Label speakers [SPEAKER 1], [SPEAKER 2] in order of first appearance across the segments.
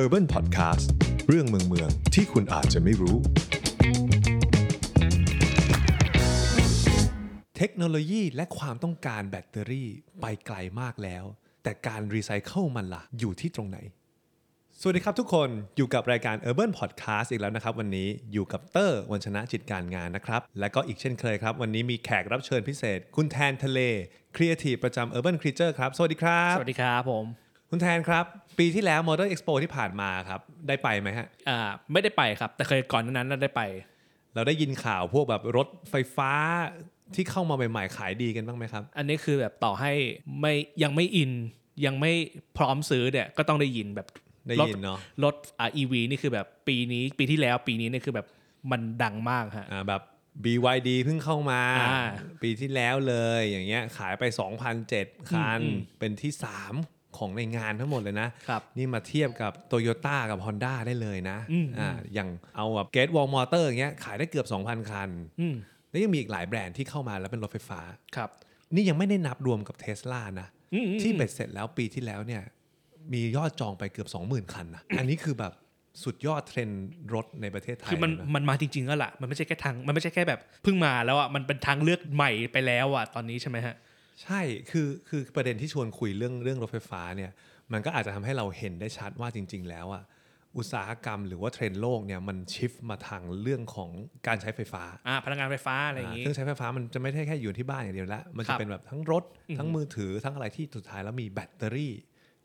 [SPEAKER 1] Urban Podcast เรื่องเมืองเมืองที่คุณอาจจะไม่รู้ เทคโนโลยีและความต้องการแบตเตอรี่ไปไกลมากแล้ว แต่การรีไซเคิลมันล่ะ อยู่ที่ตรงไหน สวัสดีครับทุกคนอยู่กับรายการ Urban Podcast อีกแล้วนะครับ วันนี้อยู่กับเตอร์วันชนะจิตการงานนะครับ และก็อีกเช่นเคยครับ วันนี้มีแขกรับเชิญพิเศษ คุณแทนทะเลครีเอทีฟประจำ Urban Creature ครับ สวัสดีครับ
[SPEAKER 2] สวัสดีครับผม
[SPEAKER 1] คุณแทนครับ ปีที่แล้ว Model Expo ที่ผ่านมาครับ ได้ไปไหมฮะ
[SPEAKER 2] อ่าไม่ได้ไปครับ แต่เคยก่อนหนานั้นน่ะได้ไป
[SPEAKER 1] เราได้ยินข่าวพวกแบบรถไฟฟ้าที่เข้ามาใหม่ๆ ขายดีกันบ้างไหมครับ
[SPEAKER 2] อันนี้คือแบบต่อให้ไม่ยังไม่อิน ยังไม่พร้อมซื้อเนี่ยก็ต้องได้ยินแบบ
[SPEAKER 1] ได้
[SPEAKER 2] รถ
[SPEAKER 1] ยินเนาะ
[SPEAKER 2] รถอ่าอีวีนี่คือแบบปีนี้ปีที่แล้วปีนี้เนี่ยคือแบบมันดังมากฮะ
[SPEAKER 1] อ่าแบบ BYD เพิ่งเข้ามา
[SPEAKER 2] อ่า
[SPEAKER 1] ปีที่แล้วเลยอย่างเงี้ยขายไป 2,007 คัน เป็นที่ 3 ของในงานทั้งหมดเลยนะ
[SPEAKER 2] ครับ
[SPEAKER 1] นี่มาเทียบกับ Toyota กับ Honda ได้เลยนะอ่าอย่างเอาแบบ Gate Wall Motor อย่างเงี้ยขายได้เกือบ 2,000 คัน
[SPEAKER 2] อืม
[SPEAKER 1] แล้วยังมีอีกหลายแบรนด์ที่เข้ามาแล้วเป็นรถไฟฟ้า
[SPEAKER 2] ครับ
[SPEAKER 1] นี่ยังไม่ได้นับรวมกับเทสลานะ
[SPEAKER 2] อืมอืม
[SPEAKER 1] ที่เบ็ดเสร็จแล้วปีที่แล้วเนี่ยมียอดจองไปเกือบ 20,000 คันนะ อันนี้คือแบบสุดยอดเทรนด์รถในประเทศไทย
[SPEAKER 2] คือมัน
[SPEAKER 1] เลยะ
[SPEAKER 2] มันมาจริงๆแล้วล่ะมันไม่ใช่แค่ทางมันไม่ใช่แค่แบบเพิ่งมาแล้วอ่ะมันเป็นทางเลือกใหม่ไปแล้วอ่ะตอนนี้ใช่ไหมฮะ
[SPEAKER 1] ใช่คือคือประเด็นที่ชวนคุยเรื่องเรื่องรถไฟฟ้าเนี่ยมันก็อาจจะทำให้เราเห็นได้ชัดว่าจริง ๆ แล้วอะอุตสาหกรรมหรือว่าเทรนด์โลกเนี่ยมันชิฟมาทางเรื่องของการใช้ไฟฟ้า
[SPEAKER 2] อ่าพลังงานไฟฟ้าอะไรอย่าง
[SPEAKER 1] อ่า
[SPEAKER 2] งี้
[SPEAKER 1] เครื่องใช้ไฟฟ้ามันจะไม่ใช่แค่อยู่ที่บ้านอย่างเดียวละมัน
[SPEAKER 2] ค
[SPEAKER 1] จะ
[SPEAKER 2] รับ
[SPEAKER 1] เป็นแบบทั้งรถ ทั้งมือถือทั้งอะไรที่สุดท้ายแล้วมีแบตเตอรี่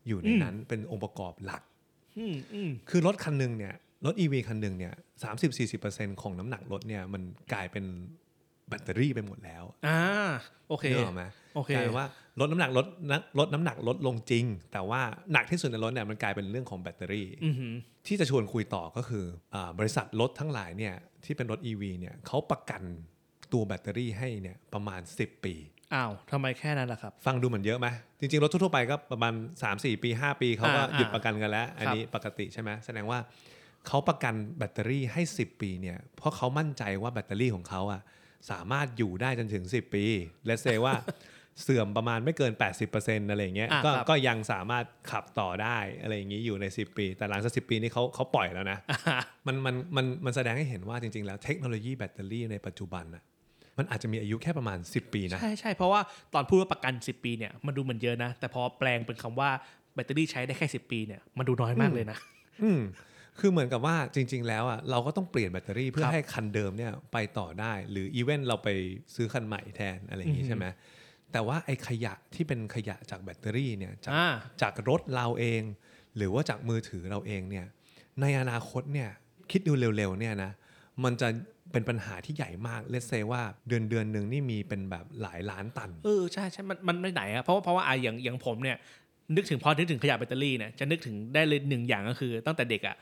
[SPEAKER 1] อยู่ใน
[SPEAKER 2] อืม
[SPEAKER 1] นั้นเป็นองค์ประกอบหลัก
[SPEAKER 2] อืมอืม
[SPEAKER 1] คือรถคันหนึ่งเนี่ยรถ EV คันหนึ่งเนี่ยสามสิบสี่สิบเปอร์เซ็นต์ของน้ำหนักรถเนี่ยมันกลายเป็นแบตเตอรี่ไปหมดแล้ว
[SPEAKER 2] อ่าโอเค
[SPEAKER 1] นึกออกไหม
[SPEAKER 2] โอเค
[SPEAKER 1] กลายเป็นว่าลดน้ำหนักลดนะลดน้ำหนักลดลงจริง แต่ว่าหนักที่สุดในรถเนี่ยมันกลายเป็นเรื่องของแบตเตอรี่
[SPEAKER 2] อือหือ
[SPEAKER 1] ที่จะชวนคุยต่อก็คืออาบริษัทรถทั้งหลายเนี่ยที่เป็นรถ EV เนี่ยเขาประกันตัวแบตเตอรี่ให้เนี่ยประมาณ 10 ปี
[SPEAKER 2] อ้าวทำไมแค่นั้นล่ะครับ
[SPEAKER 1] ฟังดูเหมือนเยอะไหมจริงๆ รถทั่วๆไปก็ประมาณ 3 4 ปี 5 ปีเขาก็
[SPEAKER 2] อ่า
[SPEAKER 1] หยุดประกันกันแล้ว อัน
[SPEAKER 2] ครับ
[SPEAKER 1] นี้ปกติใช่ไหมแสดงว่าเขาประกันแบตเตอรี่ให้ 10 ปีเนี่ยเพราะเขามั่นใจว่าแบตเตอรี่ของเขาอะสามารถอยู่ได้จนถึง 10 ปีและเซ ว่า เสื่อมประมาณไม่เกิน 80%อะไรอย่างเงี้ย
[SPEAKER 2] อ่า
[SPEAKER 1] ก็
[SPEAKER 2] ครับ
[SPEAKER 1] ก็ยังสามารถขับต่อได้อะไรอย่างนี้อยู่ใน 10 ปี แต่หลังจาก10 ปีนี้เขาเขาปล่อย แล้วนะ
[SPEAKER 2] อ่า
[SPEAKER 1] มันมันมันมันแสดงให้เห็นว่าจริงๆ แล้วเทคโนโลยีแบตเตอรี่ในปัจจุบันน่ะมันอาจจะมีอายุแค่ประมาณ 10 ปีนะ
[SPEAKER 2] ใช่ใช่เพราะว่าตอนพูดว่าประกัน 10 ปีเนี่ยมันดูเหมือนเยอะนะ แต่พอแปลงเป็นคำว่าแบตเตอรี่ใช้ได้แค่ 10 ปีเนี่ยมันดูน้อยมากเลยนะ
[SPEAKER 1] อืมคือเหมือนกับว่าจริง ๆ แล้วอ่ะเราก็ต้องเปลี่ยนแบตเตอรี่เพื่อ
[SPEAKER 2] ครับ
[SPEAKER 1] ให้คันเดิมเนี่ยไปต่อได้ หรืออีเวนต์เราไปซื้อคันใหม่แทนอะไรอย่างนี้ใช่ไหมแต่ว่าไอ้ขยะที่เป็นขยะจากแบตเตอรี่เนี่ยจาก
[SPEAKER 2] อ่า
[SPEAKER 1] จากรถเราเอง หรือว่าจากมือถือเราเองเนี่ยในอนาคตเนี่ยคิดดูเร็วๆเนี่ยนะมันจะเป็นปัญหาที่ใหญ่มากเลสเซว่าเดือนเดือนหนึ่งนี่มีเป็นแบบหลายล้านตัน
[SPEAKER 2] เออใช่ใช่มันมันไม่ไหนอะเพราะว่าเพราะว่าอะอย่างอย่างผมเนี่ยนึกถึงพอนึกถึงขยะแบตเตอรี่เนี่ยจะนึกถึงได้เลยหนึ่งอย่างก็คือ ตั้งแต่เด็กอะ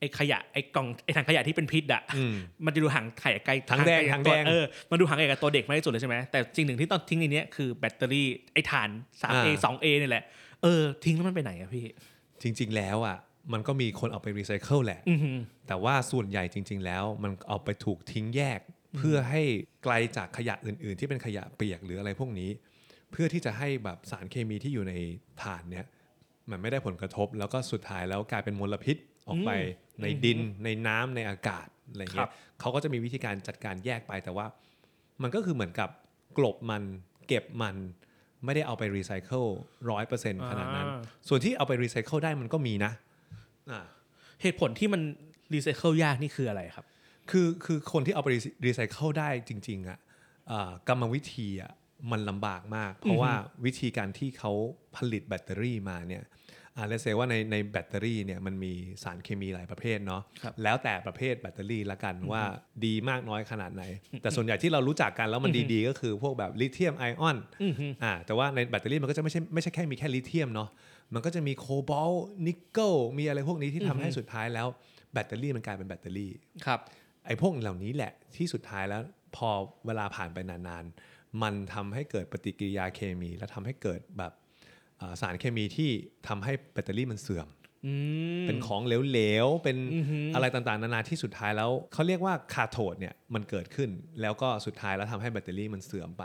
[SPEAKER 2] ไอขยะไอกล่องไอถังขยะที่เป็นพิษอะ
[SPEAKER 1] อืม
[SPEAKER 2] มันจะดูห่างไข่ไกล
[SPEAKER 1] ถังแดง
[SPEAKER 2] ไกล
[SPEAKER 1] ถังแดง
[SPEAKER 2] ตัวเออมันดูห่างไกลกับตัวเด็กมากที่สุดเลยใช่ไหมแต่จริงหนึ่งที่ต้องทิ้งในเนี้ยคือแบตเตอรี่ไอถ่าน 3A
[SPEAKER 1] อ่า
[SPEAKER 2] 2A เนี่ยแหละเออทิ้งแล้วมันไปไหนอะพี่
[SPEAKER 1] จริง ๆ แล้วอ่ะมันก็มีคนเอาไปรีไซเคิลแหละ
[SPEAKER 2] อือหือ
[SPEAKER 1] แต่ว่าส่วนใหญ่จริง ๆ แล้วมันเอาไปถูกทิ้งแยก เพื่อให้ไกลจากขยะอื่น ๆ ที่เป็นขยะเปียกหรืออะไรพวกนี้ เพื่อที่จะให้แบบสารเคมีที่อยู่ในถ่านเนี่ยมันไม่ได้ผลกระทบ แล้วก็สุดท้ายแล้วกลายเป็นมลพิษออกไปในดินในน้ำในอากาศอะไร
[SPEAKER 2] ครั
[SPEAKER 1] เงี้ย
[SPEAKER 2] บ
[SPEAKER 1] เขาก็จะมีวิธีการจัดการแยกไปแต่ว่า มันก็คือเหมือนกับกลบมันเก็บมันไม่ได้เอาไปรีไซเคิลร้อยเปอร์เซ็นต์ขนาดนั้น
[SPEAKER 2] อ่า
[SPEAKER 1] ส่วนที่เอาไปรีไซเคิลได้มันก็มีนะอ่า
[SPEAKER 2] เหตุผลที่มันรีไซเคิลยากนี่คืออะไรครับ
[SPEAKER 1] คือคือคนที่เอาไปรีไซเคิลได้จริงๆอะเอ่อกรรมวิธีอะมันลำบากมาก เพราะว่าวิธีการที่เขาผลิตแบตเตอรี่มาเนี่ยอ่าเลเซว่าในในแบตเตอรี่เนี่ยมันมีสารเคมีหลายประเภทเนาะ
[SPEAKER 2] ครับ
[SPEAKER 1] แล้วแต่ประเภทแบตเตอรี่ละกันว่าดีมากน้อยขนาดไหน แต่ส่วนใหญ่ที่เรารู้จักกันแล้วมันดีๆ ก็คือพวกแบบลิเธียมไอออน
[SPEAKER 2] อือฮึ
[SPEAKER 1] อ่าแต่ว่าในแบตเตอรี่มันก็จะไม่ใช่ไม่ใช่แค่มีแค่ลิเธียมเนาะมันก็จะมีโคบอลต์นิกเกิลมีอะไรพวกนี้ที่ทำให้สุดท้ายแล้วแบตเตอรี่มันกลายเป็นแบตเตอรี่
[SPEAKER 2] ครับ
[SPEAKER 1] ไอ้พวกเหล่านี้แหละที่สุดท้ายแล้วพอเวลาผ่านไปนานๆ มันทำให้เกิดปฏิกิริยาเคมี และทำให้เกิดแบบเอ่อสารเคมีที่ทำให้แบตเตอรี่มันเสื่อม
[SPEAKER 2] อืม
[SPEAKER 1] เป็นของเหลวๆ เป็น
[SPEAKER 2] อือหืออ
[SPEAKER 1] อะไรต่างๆ นานาที่สุดท้ายแล้วเขาเรียกว่าคาโทดเนี่ยมันเกิดขึ้น แล้วก็สุดท้ายแล้วทำให้แบตเตอรี่มันเสื่อมไป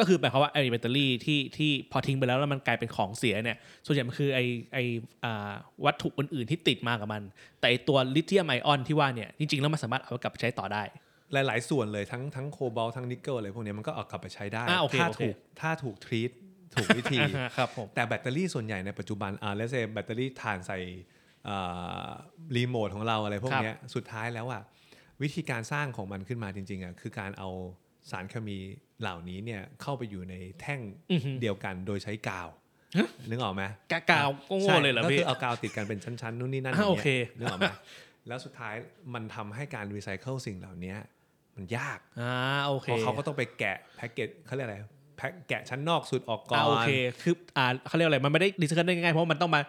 [SPEAKER 2] ก็คือหมายความว่าไอ้แบตเตอรี่ที่ที่พอทิ้งไปแล้วแล้วมันกลายเป็นของเสียเนี่ย ส่วนใหญ่มันคือไอ้ไอ้อ่าวัตถุอื่นๆที่ติดมากับมัน แต่ไอ้ตัวลิเธียมไอออนที่ว่าเนี่ยจริงๆแล้วมันสามารถเอากลับไปใช้ต่อได้
[SPEAKER 1] หลาย ๆ ส่วนเลยทั้งทั้งโคบอลต์ทั้งนิกเกิลอะไรพวกเนี้ยมันก็เอากลับไปใช้ได้
[SPEAKER 2] อ่าโอเค
[SPEAKER 1] ถ้า
[SPEAKER 2] โอเค
[SPEAKER 1] ถูกถ้าถูกทรีตถูกวิธี
[SPEAKER 2] อ่าฮะครับผม
[SPEAKER 1] แต่แบตเตอรี่ส่วนใหญ่ในปัจจุบันอ่าเลเซแบตเตอรี่ถ่านใส่อ่ารีโมทของเราอะไรพวกเนี้ยสุดท้ายแล้วอ่ะวิธีการสร้างของมันขึ้นมาจริงๆอ่ะคือการเอาสารเคมีเหล่านี้เนี่ยเข้าไปอยู่ในแท่ง
[SPEAKER 2] อือฮึ
[SPEAKER 1] เดียวกันโดยใช้กาว นึกออกไหม
[SPEAKER 2] กากาวก็โง่เลยเหรอ
[SPEAKER 1] ใช่
[SPEAKER 2] พี่
[SPEAKER 1] ก็คือเอากาวติดกันเป็นชั้นๆนู่นนี่นั่นย่าง
[SPEAKER 2] อ่ะโอเค
[SPEAKER 1] เงี้ยนึกออกไหมแล้วสุดท้ายมันทำให้การรีไซเคิลสิ่งเหล่านี้มันยาก
[SPEAKER 2] อ่าโอเค
[SPEAKER 1] เพราะเขาก็ต้องไปแกะแพ็กเกจเขาเรียกอะไรแพ็กแกะชั้นนอกสุดออกก่อ
[SPEAKER 2] อ่าน โอเคคืออ่าเขาเรียกอะไรมันไม่ได้รีไซเคิลได้ง่ายๆเพราะมันต้องมา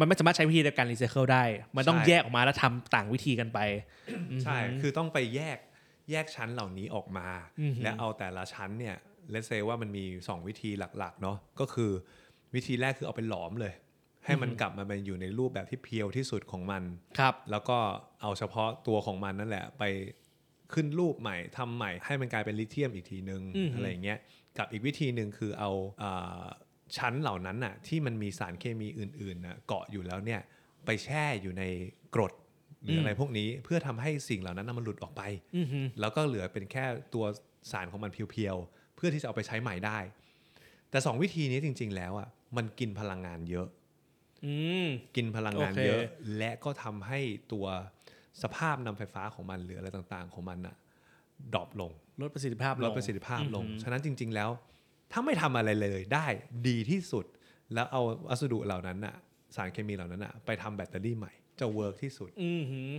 [SPEAKER 2] มันไม่สามารถใช้วิธีเดียวกันรีไซเคิลได้ มันต้องแยกออกมาแล้วทำต่างวิธีกันไป
[SPEAKER 1] ใช่คือต้องไปแยกแยกชั้นเหล่านี้ออกมา
[SPEAKER 2] อือหือ
[SPEAKER 1] และเอาแต่ละชั้นเนี่ยเลเซว่ามันมี 2 วิธีหลักๆเนาะก็คือวิธีแรกคือเอาไปหลอมเลย ให้มันกลับมาเป็นอยู่ในรูปแบบที่เพียวที่สุดของมัน
[SPEAKER 2] ครับ
[SPEAKER 1] แล้วก็เอาเฉพาะตัวของมันนั่นแหละ ไปขึ้นรูปใหม่ทำใหม่ให้มันกลายเป็นลิเธียมอีกทีนึง
[SPEAKER 2] อืม
[SPEAKER 1] อะไรอย่างเงี้ยกับอีกวิธีหนึ่งคือเอาอาชั้นเหล่านั้นน่ะที่มันมีสารเคมีอื่นๆน่ะเกาะอยู่แล้วเนี่ยไปแช่อยู่ในกรดหรืออะไรพวกนี้เพื่อทำให้สิ่งเหล่านั้นนะมันหลุดออกไป
[SPEAKER 2] อือฮึ
[SPEAKER 1] แล้วก็เหลือเป็นแค่ตัวสารของมันเพียวๆ เพื่อที่จะเอาไปใช้ใหม่ได้ แต่ 2 วิธีนี้จริง ๆ แล้วอ่ะมันกินพลังงานเยอะ
[SPEAKER 2] อืม
[SPEAKER 1] กินพลังงาน
[SPEAKER 2] โอเค
[SPEAKER 1] เยอะ และก็ทำให้ตัวสภาพนำไฟฟ้าของมันหรืออะไรต่างๆ ของมันน่ะดรอปลง
[SPEAKER 2] ลดประสิทธิภาพ
[SPEAKER 1] ล
[SPEAKER 2] ล
[SPEAKER 1] ด
[SPEAKER 2] ง
[SPEAKER 1] ประสิทธิภาพลง
[SPEAKER 2] อือหือ
[SPEAKER 1] ฉะนั้นจริง ๆ แล้ว ถ้าไม่ทำอะไรเลยได้ดีที่สุด แล้วเอาวัสดุเหล่านั้นน่ะสารเคมีเหล่านั้นน่ะไปทำแบตเตอรี่ใหม่จะเวิร์กที่สุด
[SPEAKER 2] อือหือ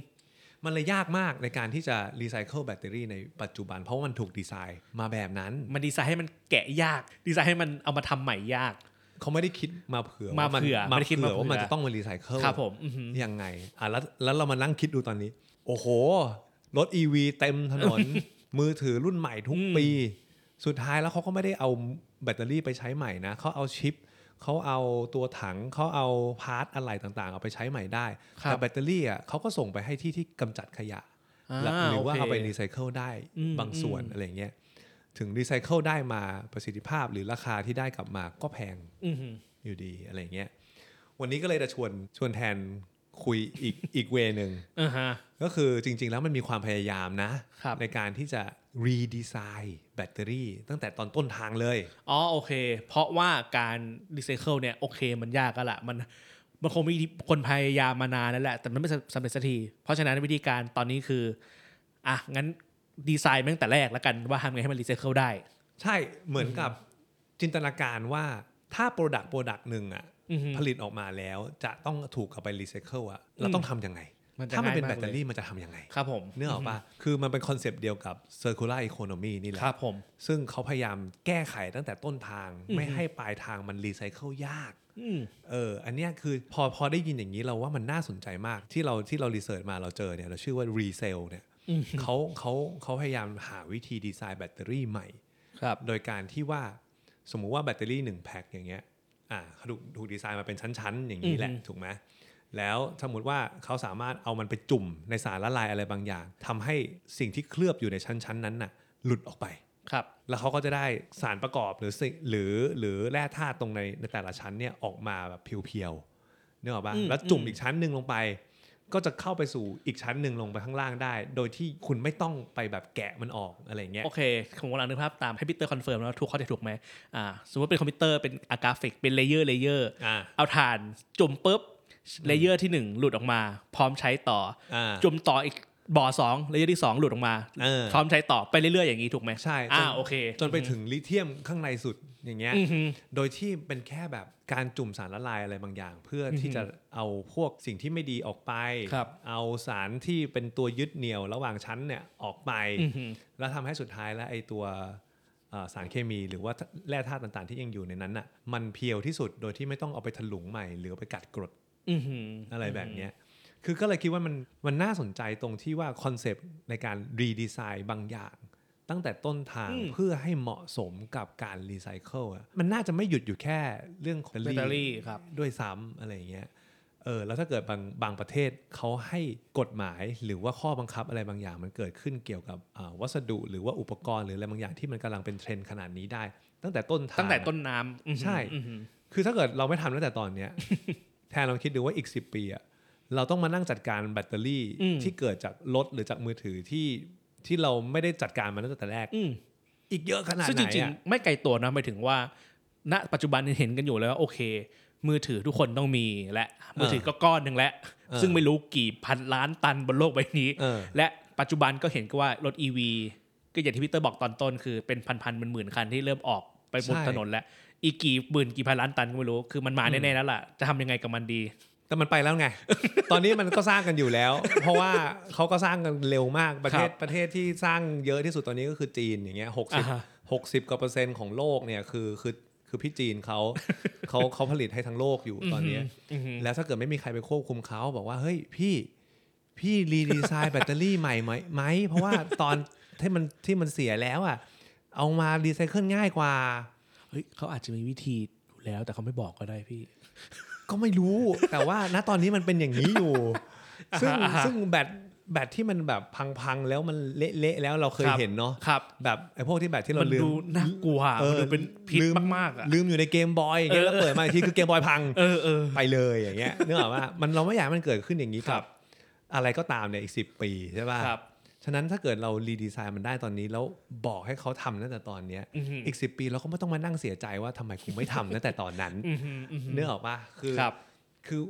[SPEAKER 1] มันเลยยากมากในการที่จะรีไซเคิลแบตเตอรี่ในปัจจุบัน เพราะว่ามันถูกดีไซน์มาแบบนั้น
[SPEAKER 2] มันดีไซน์ให้มันแกะยาก ดีไซน์ให้มันเอามาทำใหม่ยาก
[SPEAKER 1] เขาไม่ได้คิดมาเผื่อ
[SPEAKER 2] มาเผื่อ
[SPEAKER 1] มา
[SPEAKER 2] ไม่ได้คิด
[SPEAKER 1] เผื่อ
[SPEAKER 2] มาเผื่อ
[SPEAKER 1] ว่ามันจะต้องมารีไซเคิล
[SPEAKER 2] ครับผมอื้อหือ
[SPEAKER 1] ยังไงอ่ะแล้วแล้วเรามานั่งคิดดูตอนนี้ โอ้โห รถ E ีวีเต็มถนน มือถือรุ่นใหม่ทุก
[SPEAKER 2] อืม
[SPEAKER 1] ปี สุดท้ายแล้วเขาก็ไม่ได้เอาแบตเตอรี่ไปใช้ใหม่นะ เขาเอาชิป เขาเอาตัวถัง เขาเอาพาร์ทอะไรต่างๆ เอาไปใช้ใหม่ได้
[SPEAKER 2] ครับ
[SPEAKER 1] แต่แบตเตอรี่อ่ะเขาก็ส่งไปให้ที่ที่กำจัดขยะ
[SPEAKER 2] า
[SPEAKER 1] หรือว่า
[SPEAKER 2] โค
[SPEAKER 1] เอาไปรีไซเคิลได้
[SPEAKER 2] อืม
[SPEAKER 1] บางส่วน
[SPEAKER 2] อืม
[SPEAKER 1] อะไรเงี้ย ถึงรีไซเคิลได้มาประสิทธิภาพหรือราคาที่ได้กลับมาก็แพง
[SPEAKER 2] อื้อหือ
[SPEAKER 1] อยู่ดีอะไรเงี้ย วันนี้ก็เลยจะชวนชวนแทนคุยอีก อีกเวหนึ่ง
[SPEAKER 2] อ่าฮะ
[SPEAKER 1] ก็คือจริง ๆ แล้วมันมีความพยายามนะ
[SPEAKER 2] ครับ
[SPEAKER 1] ในการที่จะรีดีไซน์แบตเตอรี่ตั้งแต่ตอนต้นทางเลย
[SPEAKER 2] อ๋อโอเค เพราะว่าการรีไซเคิลเนี่ยโอเคมันยากก็ละมันมันคงมีคนพยายามมานานแล้วแหละ แต่มันไม่สำเร็จสักที เพราะฉะนั้นวิธีการตอนนี้คือ อ่ะ งั้นดีไซน์มันตั้งแต่แรกแล้วกันว่าทำไงให้มันรีไซเคิลได้
[SPEAKER 1] ใช่เหมือนกับจินตนาการว่าถ้าโปรดักต์โปรดักต์หนึ่งอ่ะ
[SPEAKER 2] อือฮึ
[SPEAKER 1] ผลิตออกมาแล้วจะต้องถูกกลับไปรีไซเคิลอ่ะเราต้องทำยังไง
[SPEAKER 2] มันจะ
[SPEAKER 1] ถ้ามันเป็น
[SPEAKER 2] ง่
[SPEAKER 1] แบต
[SPEAKER 2] ยกลย
[SPEAKER 1] เตอรี่มันจะทำยังไง
[SPEAKER 2] ครับผม
[SPEAKER 1] เนื้อออกปะคือมันเป็นคอนเซปต์เดียวกับ circular economy นี่แหละ
[SPEAKER 2] ครับผม
[SPEAKER 1] ซึ่งเขาพยายามแก้ไขตั้งแต่ต้นทาง
[SPEAKER 2] อืม
[SPEAKER 1] ไม่ให้ปลายทางมันรีไซเคิลยาก
[SPEAKER 2] อืม
[SPEAKER 1] เออ อันเนี้ยคือพอพอได้ยินอย่างนี้เราว่ามันน่าสนใจมากที่เราที่เรารีเสิร์ชมาเราเจอเนี่ยเราชื่อว่ารีเซลเนี่ย
[SPEAKER 2] อืม
[SPEAKER 1] เขาเขาเขาพยายามหาวิธีดีไซน์แบตเตอรี่ใหม่
[SPEAKER 2] ครับ
[SPEAKER 1] โดยการที่ว่าสมมุติว่าแบตเตอรี่1แพ็คอย่างเงี้ยอ่าเขาถูกถูกดีไซน์มาเป็นชั้นๆ อย่างนี้แหละ
[SPEAKER 2] อือฮึ
[SPEAKER 1] ถูกไหมแล้วสมมติว่าเขาสามารถเอามันไปจุ่มในสารละลายอะไรบางอย่างทำให้สิ่งที่เคลือบอยู่ในชั้นๆนั้นน่ะหลุดออกไป
[SPEAKER 2] ครับ
[SPEAKER 1] แล้วเขาก็จะได้สารประกอบหรือสิ่งหรือหรือแร่ธาตุตรงในในแต่ละชั้นเนี่ยออกมาแบบเพียวๆเนื้ออกปะ
[SPEAKER 2] อืม
[SPEAKER 1] แล้วจุ่ม
[SPEAKER 2] อืม
[SPEAKER 1] อีกชั้นหนึ่งลงไป ก็จะเข้าไปสู่อีกชั้นหนึ่งลงไปข้างล่างได้ โดยที่คุณไม่ต้องไปแบบแกะมันออกอะไรอย่างเงี้ย
[SPEAKER 2] โอเค ผมกำลังนึกภาพตามให้พีเตอร์คอนเฟิร์มแล้วถูกข้อเท็จถูกไหมอ่า สมมติเป็นคอมพิวเตอร์เป็นอากราฟิก เป็นเลเยอร์เลเยอร์
[SPEAKER 1] อ่า
[SPEAKER 2] เอาฐานจุ่มปุ๊บ เลเยอร์ที่หนึ่งหลุดออกมา พร้อมใช้ต่อ
[SPEAKER 1] อ่า
[SPEAKER 2] จุ่มต่ออีกบ่อสองเลเยอร์ที่สองหลุดออกมา
[SPEAKER 1] เออ
[SPEAKER 2] พร้อมใช้ต่อไปเรื่อยๆอย่างนี้ถูกไหม
[SPEAKER 1] ใช่จน
[SPEAKER 2] อ่าโอเค
[SPEAKER 1] จนไปถึงลิเทียมข้างในสุดอย่างเงี้ย
[SPEAKER 2] อือฮึ
[SPEAKER 1] โดยที่เป็นแค่แบบการจุ่มสารละลายอะไรบางอย่าง เพื่ออ
[SPEAKER 2] อฮึ
[SPEAKER 1] ที่จะเอาพวกสิ่งที่ไม่ดีออกไป
[SPEAKER 2] ครับ
[SPEAKER 1] เอาสารที่เป็นตัวยึดเหนี่ยวระหว่างชั้นเนี่ยออกไป
[SPEAKER 2] อือฮึ
[SPEAKER 1] แล้วทำให้สุดท้ายแล้วไอ้ตัวเอ่อสารเคมีหรือว่าแร่ธาตุต่างๆ ที่ยังอยู่ในนั้นน่ะมันเพียวที่สุดโดยที่ไม่ต้องเอาไปถลุงใหม่ หรือเอาไปกัดกรด
[SPEAKER 2] อือฮึ
[SPEAKER 1] อะไรแบบเนี้ยคือก็เลยคิดว่ามันมันน่าสนใจตรงที่ว่าคอนเซปต์ในการรีดีไซน์บางอย่าง ตั้งแต่ต้นทางเพื่อให้เหมาะสมกับการรีไซเคิลอะมันน่าจะไม่หยุดอยู่แค่เรื่องของ
[SPEAKER 2] แบตเตอรี่ครับ
[SPEAKER 1] ด้วยซ้ำอะไรอย่างเงี้ย เออ แล้วถ้าเกิดบางบางประเทศเขาให้กฎหมายหรือว่าข้อบังคับอะไรบางอย่าง มันเกิดขึ้นเกี่ยวกับอ่าวัสดุหรือว่าอุปกรณ์หรืออะไรบางอย่างที่มันกำลังเป็นเทรนด์ขนาดนี้ได้ ตั้งแต่ต้นทาง
[SPEAKER 2] ตั้งแต่ต้นน้ำ
[SPEAKER 1] ใช่
[SPEAKER 2] อื้อหือ
[SPEAKER 1] คือถ้าเกิดเราไม่ทำตั้งแต่ตอนเนี้ ย แทนลองคิดดูว่าอีก 10 ปีอะเราต้องมานั่งจัดการแบตเตอรี่ที่เกิดจากรถหรือจากมือถือที่ที่เราไม่ได้จัดการมันตั้งแต่แรก
[SPEAKER 2] อืม
[SPEAKER 1] อีกเยอะขนาดไหน
[SPEAKER 2] ซึ่งจริง
[SPEAKER 1] อะ
[SPEAKER 2] ๆ ไม่ไกลตัวนะหมายถึงว่า ณ ปัจจุบันเห็นกันอยู่แล้วว่าโอเค มือถือทุกคนต้องมีและ มือถือก็ก้อนหนึ่งและซึ่งไม่รู้กี่พันล้านตันบนโลกใบนี้
[SPEAKER 1] เออ
[SPEAKER 2] และปัจจุบันก็เห็นก็ว่ารถ E ีวีก็อย่างที่พีเตอร์บอกตอนต้นคือเป็นพันๆเป็นหมื่นคันที่เริ่มออกไปบน
[SPEAKER 1] ใช่
[SPEAKER 2] ถนนแล้ว อีกกี่หมื่นกี่พันล้านตันก็ไม่รู้ คือมันมาแน่ๆแล้วล่ะ จะทำยังไงกับมันดี
[SPEAKER 1] แต่มันไปแล้ว ไง ตอนนี้มันก็สร้างกันอยู่แล้ว เพราะว่าเขาก็สร้างกันเร็วมากประเทศประเทศที่สร้างเยอะที่สุดตอนนี้ก็คือจีนอย่างเงี้ยหกสิบ
[SPEAKER 2] อ่าฮะ
[SPEAKER 1] หกสิบกว่าเปอร์เซ็นต์ของโลกเนี่ยคือคือคือพี่จีนเขา เขาเขาผลิตให้ทั้งโลกอยู่ตอนเนี้ย
[SPEAKER 2] อือหือ
[SPEAKER 1] แล้วถ้าเกิดไม่มีใครไปควบคุมเขาบอกว่าเฮ้ยพี่พี่รีดีไซ น์แบตเตอรี่ใหม่ไหมไหมเพราะว่าตอนที่มันที่มันเสียแล้วอ่ะเอามารีไซเคิลง่ายกว่า
[SPEAKER 2] เฮ้ยเขาอาจจะมีวิธีอยู่แล้วแต่เขาไม่บอกก็ได้พี่
[SPEAKER 1] ก็ไม่รู้ แต่ว่าณตอนนี้มันเป็นอย่างนี้ อยู่ ซึ่ง
[SPEAKER 2] อ่าฮะ
[SPEAKER 1] ซึ่งแบตแบตที่มันแบบพังๆแล้วมันเละๆแล้วเราเคยเห็นเนาะ
[SPEAKER 2] ครับ
[SPEAKER 1] แบบไอ้พวกที่แบตที่เรา
[SPEAKER 2] มัน
[SPEAKER 1] ลืม
[SPEAKER 2] ดูน่ากลัว
[SPEAKER 1] เออ
[SPEAKER 2] มันดูเป็นพิษ
[SPEAKER 1] ลืม
[SPEAKER 2] มากๆอ่ะ
[SPEAKER 1] ลืมอยู่ในเกมบอยอย่างเงี้ย
[SPEAKER 2] เออ
[SPEAKER 1] แล้วเปิดมาอีกทีคือเกมบอยพัง
[SPEAKER 2] เออเออ
[SPEAKER 1] ไปเลยอย่างเงี้ย นึกออกว่ามันเราไม่อยากให้มันเกิดขึ้นอย่างนี้
[SPEAKER 2] ครั
[SPEAKER 1] กับ บ อะไรก็ตามเนี่ยอีกสิปีใช่ป่ะ
[SPEAKER 2] ครับ
[SPEAKER 1] ฉะนั้นถ้าเกิดเรารีดีไซน์มันได้ตอนนี้ แล้วบอกให้เขาทำตั้งแต่ตอนเนี้ย
[SPEAKER 2] อือหืออี
[SPEAKER 1] อีกสิปีเราก็ไม่ต้องมานั่งเสียใจว่าทำไมกูไม่ทำตั้งแต่ตอนนั้น
[SPEAKER 2] อือหืออือหือ
[SPEAKER 1] เนื้อออกปะคือ
[SPEAKER 2] ครับ
[SPEAKER 1] คือ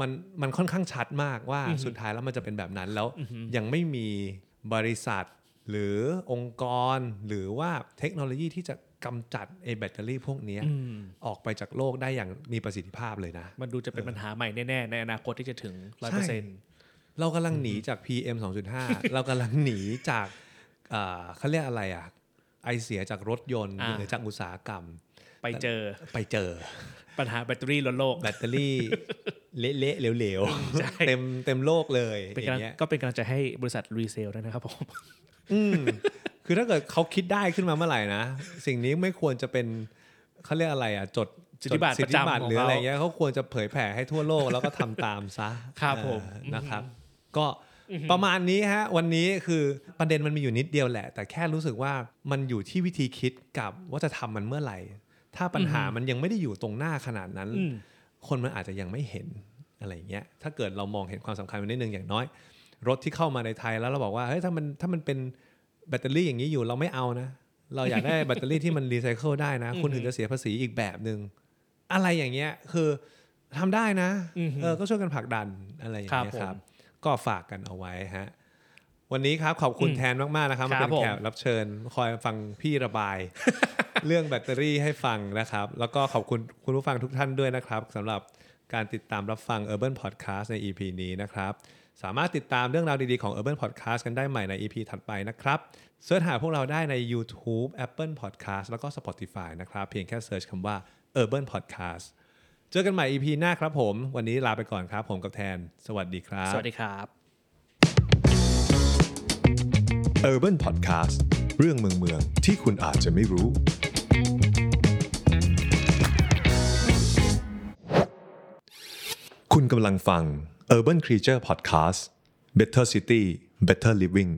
[SPEAKER 1] มันมันค่อนข้างชัดมากว่า
[SPEAKER 2] อือหือ
[SPEAKER 1] สุดท้ายแล้วมันจะเป็นแบบนั้นแล้ว
[SPEAKER 2] อือหือ
[SPEAKER 1] ยังไม่มีบริษัท หรือองค์กร หรือว่าเทคโนโลยีที่จะกำจัดไอ้แบตเตอรี่พวกเนี้ย
[SPEAKER 2] อืม
[SPEAKER 1] ออกไปจากโลกได้อย่างมีประสิทธิภาพเลยนะ
[SPEAKER 2] มันดูจะเป็นปัญหาใหม่แน่ๆ ในอนาคตที่จะถึงร้อย
[SPEAKER 1] ใช่
[SPEAKER 2] เปอร์เซ็นต์
[SPEAKER 1] เรากำลังหนีจาก PM 2.5 เราก ำลังหนีจากเอ่อเขาเรียกอะไรอ่ะ ไอเสียจากรถยนต์หรือจากอุตสาหกรรม
[SPEAKER 2] ไปเจอ
[SPEAKER 1] ไปเจอ
[SPEAKER 2] ปัญหาแบตเตอรี่ล้นโลก
[SPEAKER 1] แบตเตอรี่ เละๆเหลว
[SPEAKER 2] ใช่
[SPEAKER 1] ๆ เต็มเต็มโลกเลย
[SPEAKER 2] เป็
[SPEAKER 1] อก
[SPEAKER 2] นำลั
[SPEAKER 1] ย่าง งเงี้ย
[SPEAKER 2] ก็เป็นกำลังใจะให้บริษัทรีเซลด้วยนะครับผม
[SPEAKER 1] อืมคือถ้าเกิดเขาคิดได้ขึ้นมาเมื่อไหร่นะ สิ่งนี้ไม่ควรจะเป็นเขาเรียกอะไรอ่ะ จด
[SPEAKER 2] สิทธิบัตร
[SPEAKER 1] สิท
[SPEAKER 2] ประ
[SPEAKER 1] ธิ
[SPEAKER 2] จำ
[SPEAKER 1] บัตร
[SPEAKER 2] ขอ
[SPEAKER 1] ห
[SPEAKER 2] ง
[SPEAKER 1] รือ
[SPEAKER 2] เขา
[SPEAKER 1] อะไรเงี้ยเขาควรจะเผยแผ่ให้ทั่วโลกแล้วก็ทำตามซะ
[SPEAKER 2] ครับผม
[SPEAKER 1] เออนะครับ ก็ประมาณนี้ฮะ วันนี้คือประเด็นมันมีอยู่นิดเดียวแหละ แต่แค่รู้สึกว่ามันอยู่ที่วิธีคิดกับว่าจะทำมันเมื่อไหร่ ถ้าปัญหามันยังไม่ได้อยู่ตรงหน้าขนาดนั้น
[SPEAKER 2] อืม
[SPEAKER 1] คนมันอาจจะยังไม่เห็นอะไรอย่างเงี้ยถ้าเกิดเรามองเห็นความสำคัญมันนิดนึงอย่างน้อย รถที่เข้ามาในไทยแล้วเราบอกว่าเฮ้ยถ้ามันถ้ามันเป็นแบตเตอรี่อย่างนี้อยู่เราไม่เอานะ เราอยากได้ แบตเตอรี่ที่มันรีไซเคิลได้นะ คุณถึงจะเสียภาษีอีกแบบหนึ่งอะไรอย่างเงี้ยคือทำได้นะ
[SPEAKER 2] อือหือ
[SPEAKER 1] เออก็ช่วยกันผลักดันอะไรอย่างเงี้ย
[SPEAKER 2] ค
[SPEAKER 1] ค
[SPEAKER 2] รับ
[SPEAKER 1] รับ
[SPEAKER 2] ผม
[SPEAKER 1] ก็ฝากกันเอาไว้ฮะวันนี้ครับขอบคุณ
[SPEAKER 2] อืม
[SPEAKER 1] แทนมากๆนะครับมา
[SPEAKER 2] ครั
[SPEAKER 1] เป็
[SPEAKER 2] บ
[SPEAKER 1] น
[SPEAKER 2] ผม
[SPEAKER 1] แขกรับเชิญ คอยฟังพี่ระบาย เรื่องแบตเตอรี่ให้ฟังนะครับ แล้วก็ขอบคุณคุณผู้ฟังทุกท่านด้วยนะครับสำหรับการติดตามรับฟัง Urban Podcast ใน EP นี้นะครับ สามารถติดตามเรื่องราวดีๆของ Urban Podcast กันได้ใหม่ใน EP ถัดไปนะครับเสิร์ชหาพวกเราได้ใน YouTube Apple Podcast แล้วก็ Spotify นะครับ เพียงแค่เสิร์ชคำว่า Urban Podcast เจอกันใหม่ EP หน้าครับผม วันนี้ลาไปก่อนครับ ผมกับแทน สวัสดีครับ
[SPEAKER 2] สวัสดีครับ
[SPEAKER 1] Urban Podcast เรื่องเมืองเมืองที่คุณอาจจะไม่รู้คุณกำลังฟัง Urban Creature Podcast Better City Better Living